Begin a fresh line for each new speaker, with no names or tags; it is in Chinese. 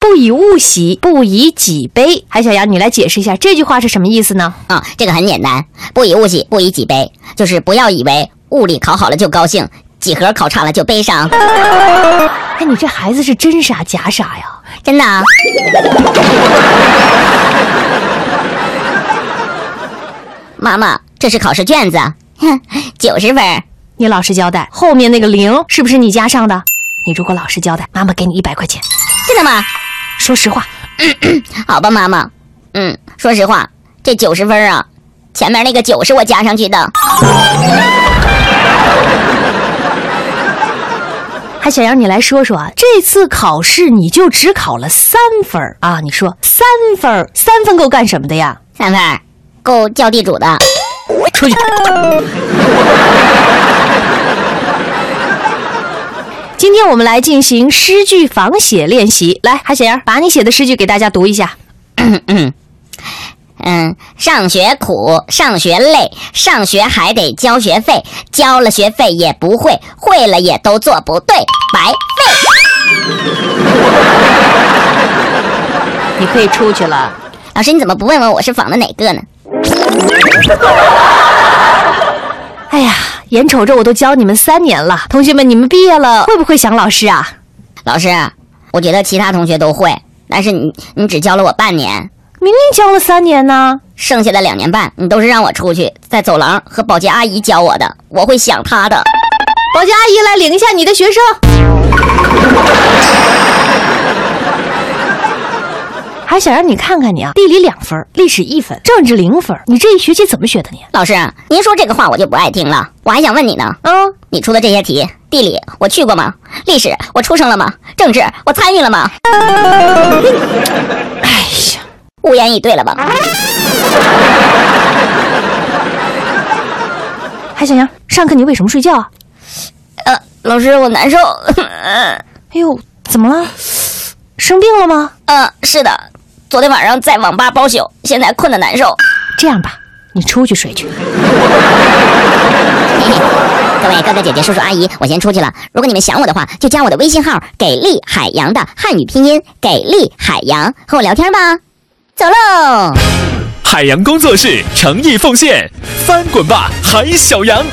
不以物喜，不以己悲。韩小杨，你来解释一下这句话是什么意思呢？
啊、这个很简单，不以物喜，不以己悲，就是不要以为物理考好了就高兴，几何考差了就悲伤。
哎，你这孩子是真傻假傻呀！
真的啊， 妈妈，这是考试卷子，哼，九十分儿。
你老实交代，后面那个零是不是你加上的？你如果老实交代，妈妈给你一百块钱。
真的吗？
说实话，
好吧，妈妈。嗯，说实话，这九十分儿啊，前面那个九是我加上去的。
韩哎小杨，你来说说啊，这次考试你就只考了三分儿啊？你说三分儿，三分够干什么的呀？
三分儿够叫地主的。
出去。今天我们来进行诗句仿写练习。来，韩小杨，把你写的诗句给大家读一下。
嗯，上学苦，上学累，上学还得交学费，交了学费也不会，会了也都做不对，白费。
你可以出去了。
老师，你怎么不问问我是仿的哪个呢？
哎呀，眼瞅着我都教你们三年了，同学们，你们毕业了会不会想老师啊？
老师，我觉得其他同学都会，但是你你只教了我半年，
明明教了三年呢。
剩下的两年半你都是让我出去在走廊和保洁阿姨教我的，我会想她的。
保洁阿姨来领一下你的学生。 还想让你看看你啊，地理两分，历史一分，政治零分，你这一学期怎么学的你？
老师，您说这个话我就不爱听了，我还想问你呢，
啊，
你出的这些题，地理我去过吗？历史我出生了吗？政治我参与了吗？
哎呀，
无言以对了吧？
还想杨，上课你为什么睡觉啊？
呃，老师我难受。
哎呦，怎么了？生病了吗？
呃，是的，昨天晚上在网吧包宿，现在困得难受。
这样吧，你出去睡去。
各位哥哥姐姐、叔叔阿姨，我先出去了。如果你们想我的话，就加我的微信号“给力海洋”的汉语拼音“给力海洋”，和我聊天吧。走喽。
海洋工作室诚意奉献，翻滚吧，海小羊！